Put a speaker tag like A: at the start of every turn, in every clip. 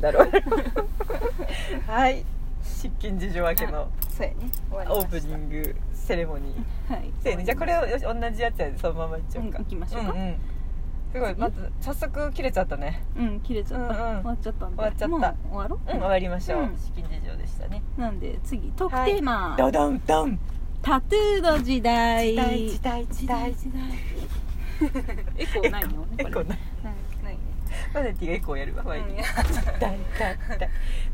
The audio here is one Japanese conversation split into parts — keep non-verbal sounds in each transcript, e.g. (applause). A: だろうはい失禁事情明けの
B: そうやね終わりま
A: オ
B: し
A: ープニングセレモニー
B: たはい
A: そうやねじゃあこれをよし同じやつやでそのままいっちゃおうか、
B: うん行きましょうか
A: んんすごいまず早速切れちゃったね
B: うん切れちゃ
A: うん
B: った、
A: うん
B: 終わっちゃったんで
A: 終わっちゃった
B: もう終わろ
A: うん終わりましょう、
B: うん
A: 資金事情でしたね
B: なんで次トー
A: は
B: ク
A: い
B: テーマ、
A: ドドンドン
B: タトゥーの時代
A: 代
B: 時代時代エコーないの
A: エコーない
B: ないないね
A: マナティがエコーやるわ
B: (laughs)
A: 毎
B: うん
A: 日代代代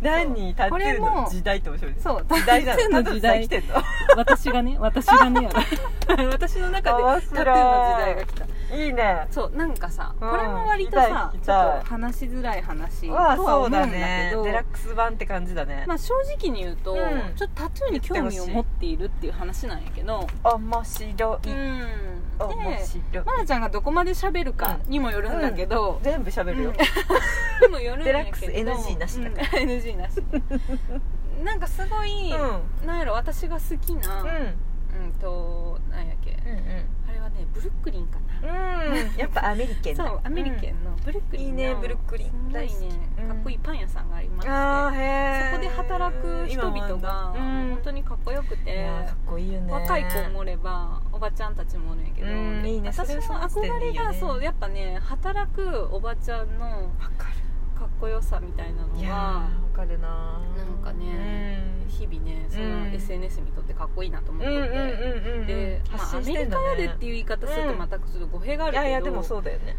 A: 何タトゥーの時代って面白いね
B: そう
A: 時代な
B: タトゥー
A: の
B: の
A: タトゥー時
B: 時
A: 代来
B: 代
A: てんの
B: 私がね私がねや
A: (laughs)
B: ばい私の中で
A: 面
B: タ
A: 白い
B: トゥーの時代が来た
A: いいね
B: そうなんかさ、
A: うん
B: これも割とさ
A: 聞き
B: ちょ
A: たい
B: っと話しづらい話と
A: わあ
B: は思
A: そ
B: うん
A: う
B: だ
A: だ
B: け
A: ね
B: ど
A: デラックス版って感じだね
B: (laughs) まあ、正直に言うと、
A: うん
B: ちょっとタトゥーに興味を持っているっていう話なんやけど
A: 面白い
B: うん
A: 面
B: で
A: 白い
B: まなちゃんがどこまで喋るかにもよるんだけど、
A: 全部喋るよ
B: うんにもよるんやけど
A: デラックス NG なしだから
B: うん (laughs) NG なしなんかすごい、なんやろ私が好きな、
A: うん
B: うん、となんやっけ
A: うん
B: あれはねブルックリンかな
A: うんやっぱアメリケンだ
B: そうアメリケンのブルックリンの
A: いいねブルックリン
B: すご
A: 大
B: い
A: 好き
B: ね
A: うん
B: かっこいいパン屋さんがありまして、
A: あーへえ
B: そこで働く人々が本当
A: に
B: にかっこよくて、
A: かっこいいよね
B: 若い子もおればおばちゃんたちもおるんやけど、
A: うんいいね
B: 私の
A: それはそ
B: 憧
A: う
B: れが
A: いいよね
B: そうやっぱね働くおばちゃんの
A: わか
B: かっこよさみたいなの
A: るいやー
B: は
A: わかるな
B: なんかね
A: うん
B: 日々ねそれ
A: う
B: は
A: ん
B: SNS 見とってかっこいいなと思っ
A: うんうん
B: とって、
A: うんうん
B: で、まあ、アメリカやでって
A: いう
B: いう言い方するとまたちょっと語弊があ
A: い
B: るけど、
A: やいやでもそうだよね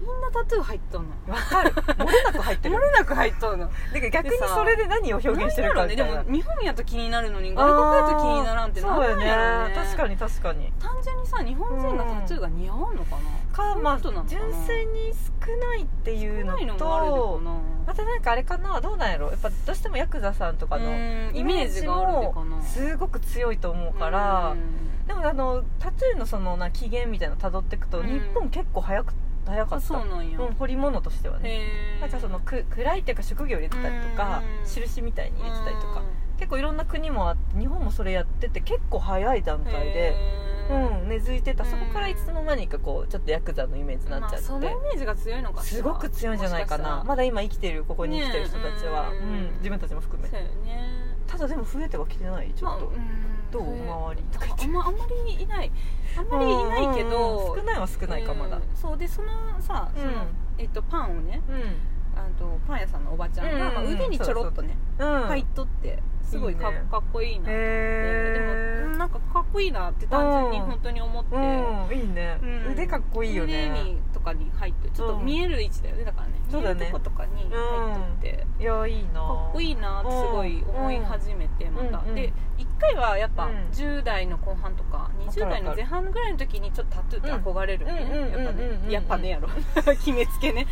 B: みんなタトゥー入っとんの
A: わか
B: (laughs)
A: る漏れなく入って
B: 漏
A: る
B: れなく入っとんの
A: だから逆にそれで何を表現してるか
B: なん
A: み
B: や
A: た
B: ろ
A: いな
B: うねでも日本やと気になるのに
A: あー
B: 外国やと気にならんってなんなんやろうね
A: そうやね確かに確かに
B: 単純にさ日本人がタトゥーが似合わんのかな、
A: かまあ
B: そういうことなのかな
A: 純粋に少ないっていう
B: な
A: の
B: いのもあるの
A: と
B: かな
A: またなんかあれかなどうなんやろやっぱどうしてもヤクザさんとかの
B: うん
A: イ
B: イメ
A: メー
B: ー
A: ジ
B: ジがあるのか
A: も
B: な
A: すごく強いと思うから
B: うん
A: でもあのタトゥーのそのな起源みたいなの辿っていくと
B: うん
A: 日本結構早く早か
B: あ
A: っ
B: そう
A: た
B: なんや、
A: うん彫り物としてはね
B: へえ
A: なんかそのく暗いっていうか職業入れてたりとか
B: うん
A: 印みたいに入れてたりとか
B: うん
A: 結構いろんな国もあって日本もそれやってて結構早い段階で
B: へえ
A: うん、根付いてた
B: うん
A: そこからいつの間にかこうちょっとヤクザのイメージにな
B: ま
A: っちゃ
B: あ、そ
A: っ
B: のイ
A: て、
B: メージが強いのかしら
A: すごく強いんじゃないかな
B: もし
A: ま
B: か
A: だ今生きてるここに生きてる人たちは、
B: ねえ
A: うん
B: うん
A: 自分たちも含め
B: したらそうよね
A: ただでも増えてはきてないちょっと、
B: ん
A: どう
B: それ
A: 周りとか言って
B: あんまあんまりいないあんまりいないけど、
A: うん少ないは少ないかまだ
B: うんそうでそのさその、
A: うん
B: えっと、パンをね
A: うん、
B: あとパン屋さんのおばちゃんが、
A: うん
B: まあ腕にちょろっとね
A: うん
B: 入っとってすごいか
A: いいね
B: かっこいいなって、
A: へ
B: でも
A: ー
B: なんかかっこいいなって単純に本当に思って、
A: うんいいね、
B: うん
A: 腕かっこいいよね
B: 腕にとかに入ってちょっと見える位置だよねだからね
A: そうだね
B: 見えるとことかに入っとって、
A: いやいいな
B: かっこいいなってすごい思い始めてまた、
A: うんうん
B: で1回はやっぱ
A: うん
B: 10代の後半とか
A: わかる
B: 20代の前半ぐらいの時にちょっとタトゥーって憧れるよ
A: うんうんうんうんうんうんうん
B: ねやっぱねやっぱねやろ決めつけね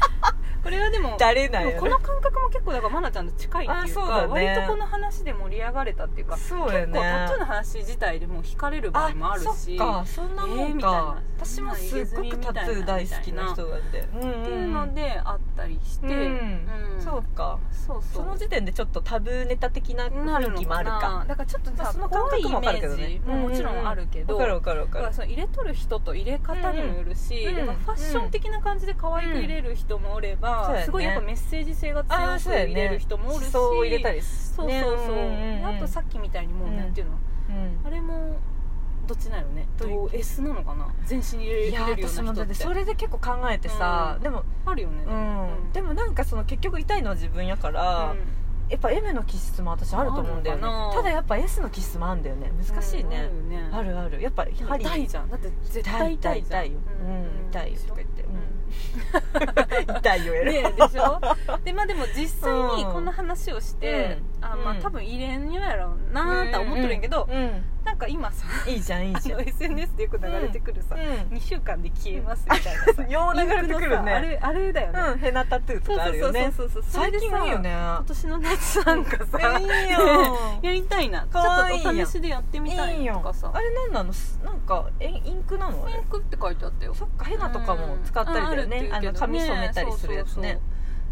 B: これはでも
A: だれない
B: でも
A: よ
B: こ
A: ね
B: の感覚も結構だから愛菜ちゃんと近いっていうか
A: あそうだね
B: 割とこの話で盛り上がれたっていうか
A: そうや
B: 結
A: ね
B: 構タトゥーの話自体でもう惹かれる場合もあるし
A: そっかそんなも
B: えー
A: ん
B: みた
A: か
B: いな、
A: 私もすっごくタトゥー大好きな人なんでうん
B: っていうのであったりして、
A: うんそうか
B: そうそ
A: そ
B: う
A: の時点でちょっとタブーネタ的な
B: な
A: 雰
B: る
A: 囲
B: の
A: 気も
B: か
A: ある
B: な
A: か
B: だからちょっと
A: まあ
B: さ
A: その感
B: 怖いイ
A: 覚も
B: メ
A: わかるけどね
B: ージももちろんあるけど
A: わかるわかるわか
B: だから
A: る
B: その入れとる人と入れ方にもよるし、
A: うん
B: だからファッション的な感じで可愛く入れる人もおれ
A: うん
B: ば、
A: そうやね
B: すごいやっぱメッセージ性が
A: ああ
B: 強
A: そう
B: く
A: やね
B: 入れる人もおるし
A: 思想を入れたり
B: そうそうそう、
A: ねうんうんうん
B: あとさっきみたいにもう、
A: うん
B: なんていうの
A: うん
B: あれもどっちなんやろね
A: どういう
B: どう S なのかな全身に入れ
A: いや
B: 入れるよう
A: 私も
B: な人
A: だ
B: っ
A: って
B: て
A: それで結構考えてさ
B: うん
A: でも
B: あるよね、
A: うんで
B: も
A: もなんかその結局痛いのは自分やからやっぱ M の気質も私あると思うんだよね
B: あるのか
A: た
B: な
A: だやっぱ S の気質もあるんだよね難しいねあ
B: あるよ
A: る
B: ね
A: あるやっぱ
B: でも
A: 針
B: 痛いじゃんだって絶対痛いじゃ
A: 痛
B: ん
A: いよ
B: う
A: うん
B: ん
A: 痛いよとか言って
B: うん
A: うん
B: (laughs)
A: 痛いよやる
B: ねでしょ (laughs) でまあでも実際にこんな話をして、あまあ
A: うん
B: 多分入れんよやろうなーって思っとるんやけど、
A: うん
B: なんか今さ
A: いいじゃんいい
B: あ
A: じゃん
B: の SNS でよく流れてくるさ、
A: う
B: 2週間で消えますみたいなさ
A: ん (laughs) よう流れてくる
B: インクのさあ
A: ね
B: れあれだよね、
A: うんヘナタトゥーとかあるよね
B: そうそうそうそうそれ
A: 最
B: でさ
A: 近多いよね
B: 今年の夏なんかさ、
A: いい
B: やりたいな
A: かわいい
B: ち
A: や
B: ょ
A: ん
B: っとお試しでやってみ
A: よ
B: た
A: いい
B: いと
A: よ
B: かさ
A: あれなんなのすなんかえインクなのあ
B: ピ
A: れ
B: ンクって書いてあったよ
A: そっかヘナとかも使ったりだよね
B: うん
A: あ
B: ある
A: の
B: って言うけどね
A: 髪染めたりするやつね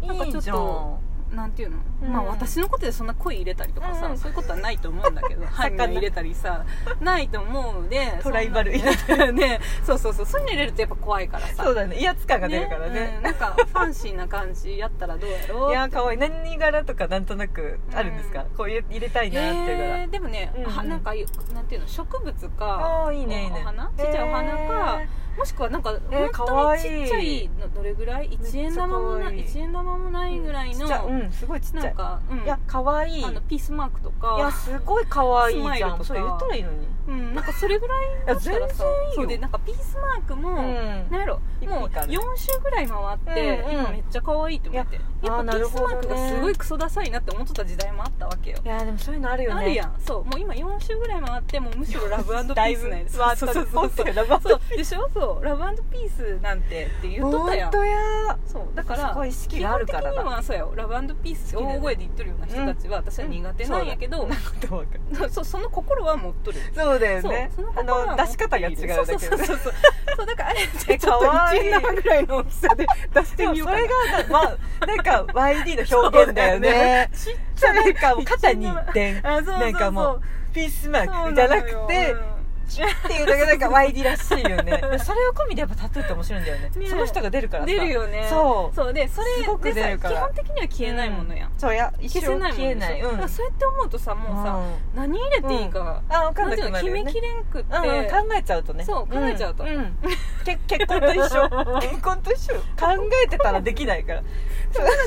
B: そうそうそう
A: いいじゃん
B: なんていうの、
A: うん
B: まあ私のことでそんな声入れたりとかさ、
A: うん
B: そういうことはないと思うんだ
A: (laughs)
B: けどハイミを入れたりさないと思うので
A: トライバル
B: そんなねそうそうそうそういうの入れるとやっぱ怖いからさ
A: そうだね威圧感が出るからね
B: うんなんかファンシーな感じやったらどうやろう
A: い (laughs) やーかわいい何柄とかなんとなくあるんですか、
B: う
A: こう入れ入れたいなっていう柄、
B: へーでもね、
A: うんうん
B: はなんかなんていうの植物か
A: ああーいいねいいね
B: お花ちっちゃいお花か
A: え
B: もしくはなんか、
A: えー
B: 本
A: かわ
B: 当
A: いい
B: にちっちゃいのどれぐらい
A: っちゃ
B: 1円玉も
A: かわ
B: ない
A: い
B: 1円玉もな
A: ー
B: いぐらい
A: ち
B: の
A: っちゃうんすごいちっちゃい
B: なんか、うん、
A: いやかわいいい
B: あのピースマークとか
A: やすごいかわいい
B: スマイ
A: じゃ
B: ルと
A: ん
B: か
A: それ言ったらいいのに
B: うん、なんかそれぐらいだったらさ
A: いや全然いいよ
B: そうでなんかピースマークも、
A: うん
B: なんやろ
A: いい
B: もう
A: からね
B: 4周ぐらい回って、
A: うんうん
B: 今めっちゃ可愛いって思って
A: や
B: や
A: あー
B: っぱ
A: な
B: ピ
A: る
B: ース
A: ほど
B: マ
A: ね
B: ークがすごいクソダサいなって思ってた時代もあったわけよ
A: いやーでもそういうのあるよね
B: あるやんそうもう今4周ぐらい回ってもうむしろラブピ
A: だい
B: ース
A: ぶ (laughs)
B: なんや
A: 座った
B: そうそうそうそう
A: ラブアンド
B: そうでしょそうラブピースなんてって言っとったや
A: 本
B: ん
A: 当や
B: そうだから
A: そこは意識があるからだ
B: 基本的にはそうやラブピース
A: 好きだよね
B: 大声で言っとるような人たちは私は苦手なんやけど、
A: ー
B: (laughs) そうその心は持っとる
A: そうだよ
B: そう
A: ね
B: その
A: あ
B: 心は
A: の
B: 持っている
A: 出し方が違うだけ
B: そうそ
A: で
B: うそうそうそうだからあれ
A: え
B: ちょっと
A: かわいい
B: 1円玉ぐらいの大きさで出して
A: でも
B: みよう
A: そ
B: かな
A: れが、まあ、なんか YD の表現だよね
B: そうだよね
A: そうなんかもう肩に点
B: あそうそうそう
A: なんかもうピースマー
B: そう
A: ク
B: の
A: じゃな
B: よ
A: くて
B: うん
A: っていうのがなんか YD らしいよ
B: (laughs)
A: ねそれを込みでやっぱタトゥーって面白いんだよね
B: ね
A: その人が出るからさ
B: 出るよね
A: そう
B: そうでそれ
A: すごく出るから
B: でさ基本的には消えないものやん、
A: そうや一
B: 消
A: 生
B: せないもの
A: 消えない
B: うん、だ
A: う
B: か
A: ん
B: らそうやって思うとさもうさ、
A: う
B: 何入れていいか、
A: んあ分かん
B: な
A: なん
B: てい
A: く
B: うの
A: な
B: 決
A: るよ
B: め
A: ね
B: きれんくって、
A: うんうん、考えちゃうとね
B: そう考えちゃうと
A: んんけ結婚と
B: (laughs)
A: 一緒結婚と一緒考えてたらできないから
B: な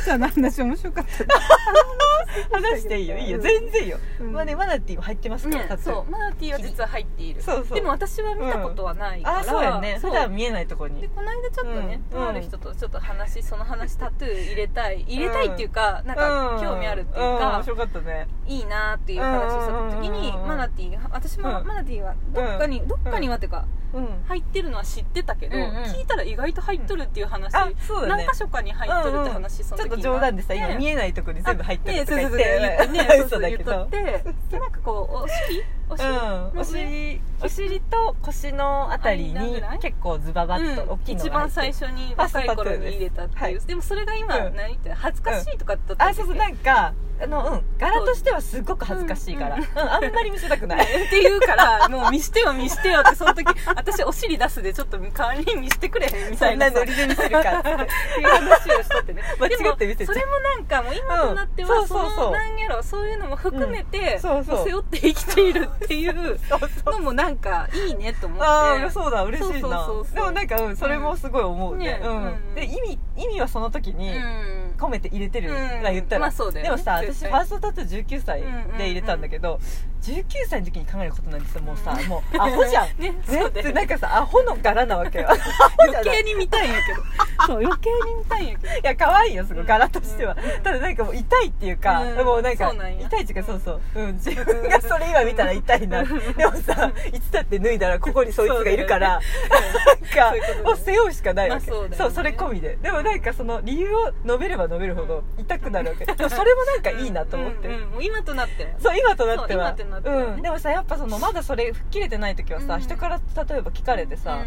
B: ちゃんの話面白かった
A: 話していいよいいよ全然いいよ、
B: うん
A: まあねマナティーも入ってますから、
B: ね
A: タ、トゥー
B: そうマナティーは実は入っている
A: そうそう
B: でも私は見たことはないから、
A: ああそうやね
B: そう
A: 普段見えないとこに
B: でこの間ちょっとね、
A: うん
B: とある人とちょっと話その話タトゥー入れたい入れたいっていうか、なんか興味あるっていう
A: うん
B: か
A: 面、白かったね
B: いいなっていう話をした時に、
A: うんうんうん
B: マナティーが私も
A: うん
B: マナティーはどっかに、
A: うん
B: どっかにはっていうか
A: うん
B: 入ってるのは知ってたけど、
A: うんうん
B: 聞いたら意外と入っとるっていう話、
A: あそうだね
B: 何箇所かに入っとるって話、そ
A: ち
B: の
A: ょっ
B: 時
A: と
B: に
A: 冗談でさ、今見
B: え
A: えないとこに全部入ってるとか
B: ね
A: 言っ
B: そうそうそう言ってね
A: て
B: そ
A: (laughs) 嘘
B: うそう
A: だけ
B: 言っと
A: ど
B: ってでなんかこうお尻お尻、
A: うん、お尻お尻と腰のあたり
B: 間ぐ
A: に
B: らい
A: 結構ズババッと大きいの
B: 一
A: が入
B: 番
A: ってる
B: 最初に若い頃に入れたっていう、
A: はい
B: でもそれが今、
A: うん
B: 何言って恥ずかしいとかだった
A: あ
B: んだ
A: そ
B: っ
A: うそ
B: け
A: うなんかあの、うん、柄としてはすごく恥ずかしいから、
B: うん
A: うんあんまり見せたくない
B: (laughs) って言うからもう見してよ見してよってその時私お尻出すでちょっと代わりに見してくれへんみた
A: そ
B: い
A: ん
B: な
A: な
B: さ
A: ノリで見せるかっつって
B: っていう話をしたってね
A: (laughs) 間違って見せちゃう
B: でもそれもなんかもう今となっては、
A: うんそうそうそう
B: のなんやろそういうのも含めて、
A: うんそうそう
B: も背負って生きているっていう
A: そうそう
B: のもなんかいいねと思って
A: ああそうだ嬉しいな
B: そうそうそうそう
A: でもなんか、うん、それもすごい思うね,、
B: ね
A: うん
B: うん
A: で意味意味はその時に
B: うん
A: 込めて入れてる
B: うん
A: ら言ったら、
B: まあそうだよね
A: でもさ
B: 絶
A: 私フ
B: 対
A: ァーストタトゥー19歳で入れたんだけど、19歳の時に考えることなんですよもうさ、
B: う
A: もうアホじゃん
B: (laughs) ね
A: ね
B: そうだよ
A: で
B: ね
A: なんかさアホの柄なわけよアホじゃ
B: 余
A: ない
B: 計に見たいんやけ
A: (laughs)
B: どそう余計に見たいんやけど
A: いや可愛いよすごい柄としては、
B: うん
A: ただなんかもう痛いっていうか、
B: うん
A: もうなんか
B: そうなんや
A: 痛いっていうかそうそう、うん、自分がそれ今見たら痛い
B: (laughs)
A: な、
B: うん
A: でもさいつだって脱いだらここにそいつがいるから、
B: そういう
A: な
B: こと
A: ん
B: ね
A: かを背負うしかないわけ、
B: まあそうだよね
A: そうそれ込みででもなんかその理由を述べれば述べるほど痛くなるわけ、でもそれもなんかいいなと思って、
B: うんうんうんもう今となっては
A: そう今となっては
B: そう今となってはね
A: うん、でもさやっぱそのまだそれ吹っ切れてない時はさ、
B: うん
A: 人から例えば聞かれてさ、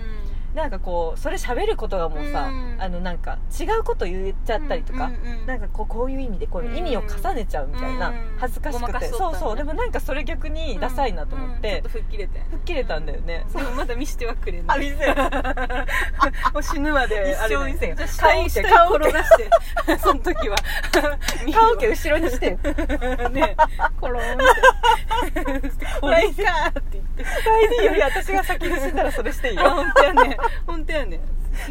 A: なんかこうそれ喋ることがもうさ、
B: うん
A: あのなんか違うこと言っちゃったりとか、
B: うんうんうん
A: なんかこうこういう意味でこういう意味を重ねちゃうみたいな、
B: うん
A: 恥ずかし
B: ご
A: く
B: ま
A: て
B: かしとった
A: そ
B: ん
A: う
B: だ
A: そうでもなんかそれ逆にダサいなと思っ
B: うんうん
A: て
B: ちょっと吹っ切れて
A: 吹っ切れたんだよね、
B: でもまだ見してはくれな
A: あ
B: い
A: 見せよ
B: もう死ぬまで
A: 一生見せんよ
B: じゃあ下
A: 顔
B: を
A: 見て顔
B: 下に転がしてその時 (laughs) は
A: (laughs) 顔毛後ろにして
B: ねコロンって
A: 「
B: こ
A: これ
B: れ
A: い
B: かーって言って
A: いより私が先に死んだらそれしていい
B: あ (laughs)
A: よ」
B: 本当やね本当やね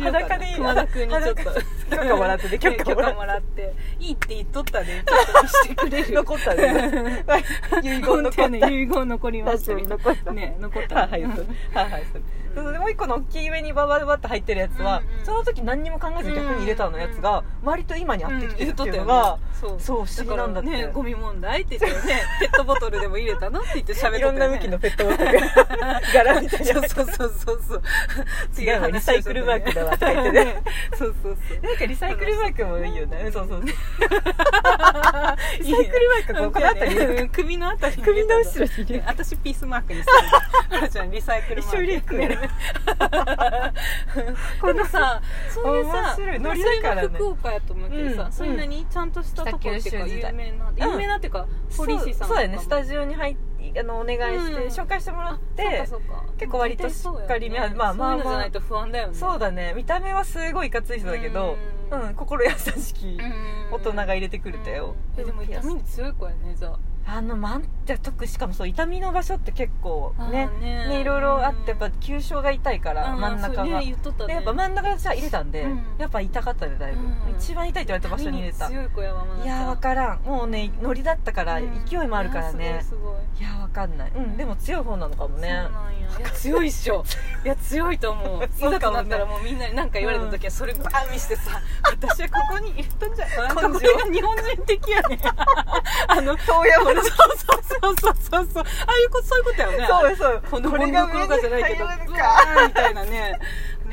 A: 裸でいい
B: 熊田君にちょっと
A: 裸許可もらってね許可もらって
B: ねっていいって言っとったでちょっと見してくれる
A: (laughs) 残ったねまあ遺言残っ
B: 本当
A: た
B: やね遺言残りま
A: 確
B: し
A: か
B: た
A: に残った
B: ね残った
A: (laughs) はいはいそうはいはいそうそうそうもう一個の大きい上にバババッと入ってるやつは、
B: うんうん
A: その時何にも考えず逆に入れたのやつが、割と今に合ってきてるっていうのが、
B: そう
A: そう不思議なんだって
B: からねゴミ問題って言って
A: (laughs)
B: ねペットボトルでも入れたのって言って喋って
A: いろんな向きのペットボトル柄みたいな
B: (laughs) そうそうそうそうそう
A: 違うわリサイクルワークだわとか言ってね
B: ねそうそうそう
A: なんかリサイクルワークもいいよねそうそうそう
B: リ
A: サイクルワークこうこの辺り
B: り (laughs) 首のあたりに
A: 首の後ろに入れ
B: ね私ピースマークにするあらちゃんリサイクルマー
A: 一
B: ク
A: 緒に入れてくれる
B: でもさそういう
A: 面
B: さ
A: 白いノリ
B: それ
A: だから
B: は
A: ね
B: 福岡やと思うけどさ、
A: うん
B: そういうのにちゃんとしたとこっていう
A: 北
B: か
A: 九州時
B: 有
A: 代
B: 名な、
A: うん
B: 有名なっていうか堀石さん
A: そうそうだよねスタ
B: ジ
A: ジオに入っあのお願いして、
B: うん
A: 紹介 (laughs) してもらって結構割としっかりめ
B: ね、
A: まあまあまあ
B: そういうのじゃないと不安だよね
A: そうだね見た目はすごいいかつい人だけどう、
B: うんん
A: 心優しき
B: うん
A: 大人が入れてくれたよ、
B: うんでも痛みに強い子やねじゃあ
A: あのマンじゃ特しかもそう痛みの場所って結構
B: あー
A: ね
B: ね
A: ねいろいろあってやっぱ急所が痛いから
B: うん
A: 真ん中
B: そう
A: が、
B: ね言っとった
A: で
B: ね
A: やっぱ真ん中私は入れたんで、
B: うん
A: やっぱ痛かったねだいぶ、
B: うん
A: 一番痛いって言われた場所に入れた
B: 痛み強い子やわまない
A: やーわからんもうねノリだったから勢いもあるからね、
B: すごいすごい
A: いやわかんないうんでも強い方なのかも
B: そう
A: ね
B: なんや
A: (laughs)
B: いや強いっしょいや強いと思う
A: そう
B: いざ
A: か
B: と
A: もね
B: なったらもうみんなに何か言われた時はそれバーン見してさ
A: (laughs)
B: 私はここに入れたんじゃない
A: 根性
B: なんかこれが日本人的やね (laughs) あの
A: そうや
B: (laughs) そうそうそうそうそうああいうことそういうことやよね
A: (laughs) そうよそうよ
B: この
A: こ
B: 本
A: れ
B: の
A: が
B: こ
A: 上
B: の
A: に
B: かじゃないけど
A: 入るの
B: ブワ
A: か
B: ーンみたいなね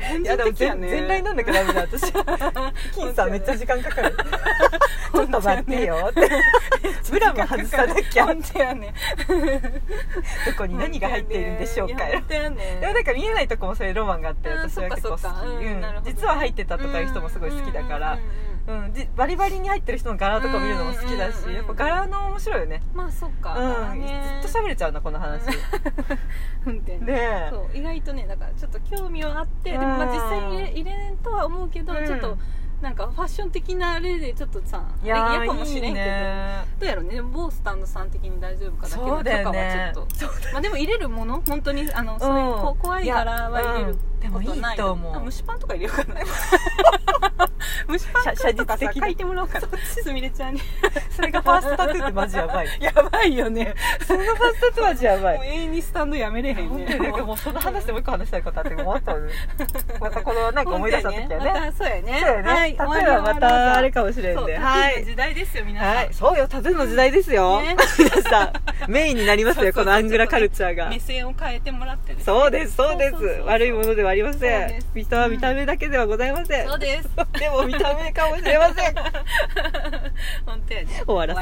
A: い
B: 日
A: やでも
B: 本人的や
A: 全
B: ね
A: 全裸になんなきゃダメだ
B: (laughs)
A: 私金さんめっちゃ時間かかるちょっと待ってよってブラも外さなきゃど
B: 本当やね
A: こに何が入っているんでしょうか
B: 本当やね
A: でもなんか見えないとこもそういうロマンがあって
B: うん
A: 私は結構好き、
B: そっかそっかうん
A: うん
B: なるほど
A: 実は入ってたとかいう人もすごい好きだから
B: うんうんうんうんうん
A: うん、じバリバリに入ってる人の柄とか見るのも好きだし、
B: うんうんうん
A: やっぱ柄の面白いよね
B: まあそっか、
A: うん、ずっと喋れちゃうなこの話ね
B: 喋ってね
A: え
B: そう意外とねだからちょっと興味はあって、でも
A: うん
B: まあ実際に入れ入れんとは思うけど、
A: うん
B: ちょっとなんかファッション的な例でちょっとさ
A: いやー
B: 嫌かもしれんけど
A: いいね
B: どうやろうねでも某スタンドさん的に大丈夫かだけ
A: そうだよね
B: とかはちょっと、まあ、でも入れるもの本当にあのそういうこ怖い柄は入れる
A: いやうん
B: ことない
A: でもいいと思う
B: あ蒸しパンとか入れよう
A: (laughs)
B: かな蒸しパン
A: 写
B: とか
A: 写実
B: さ
A: 的な
B: 書いてもらおうかなすみれちゃんに
A: それがファーストタトゥーってマジやばい
B: やばいよね
A: そのファーストタトゥーマジやばい
B: もう永遠にスタンドやめれへんね
A: 本当になんかもうその話でもう一個話したいことあってもうあったのねまたこのなんか思い出した時はね
B: またそうやね
A: そうやね、
B: はい、
A: 例えばまたあれかもしれん
B: そう
A: で
B: は
A: はいい
B: 時代ですよ皆さん、
A: はい、そうよタトゥーの時代ですよ、
B: ね
A: 皆さんメインになりますよこのアングラカルチャーが
B: 目線を変えてもらってね
A: そうですそうです
B: そうそうそう
A: 悪いものではありま
B: そう
A: せん
B: です
A: 見た見た目だけではございません、
B: そうです
A: (laughs) でも見た目かもしれません
B: 本当やね
A: 終わらせ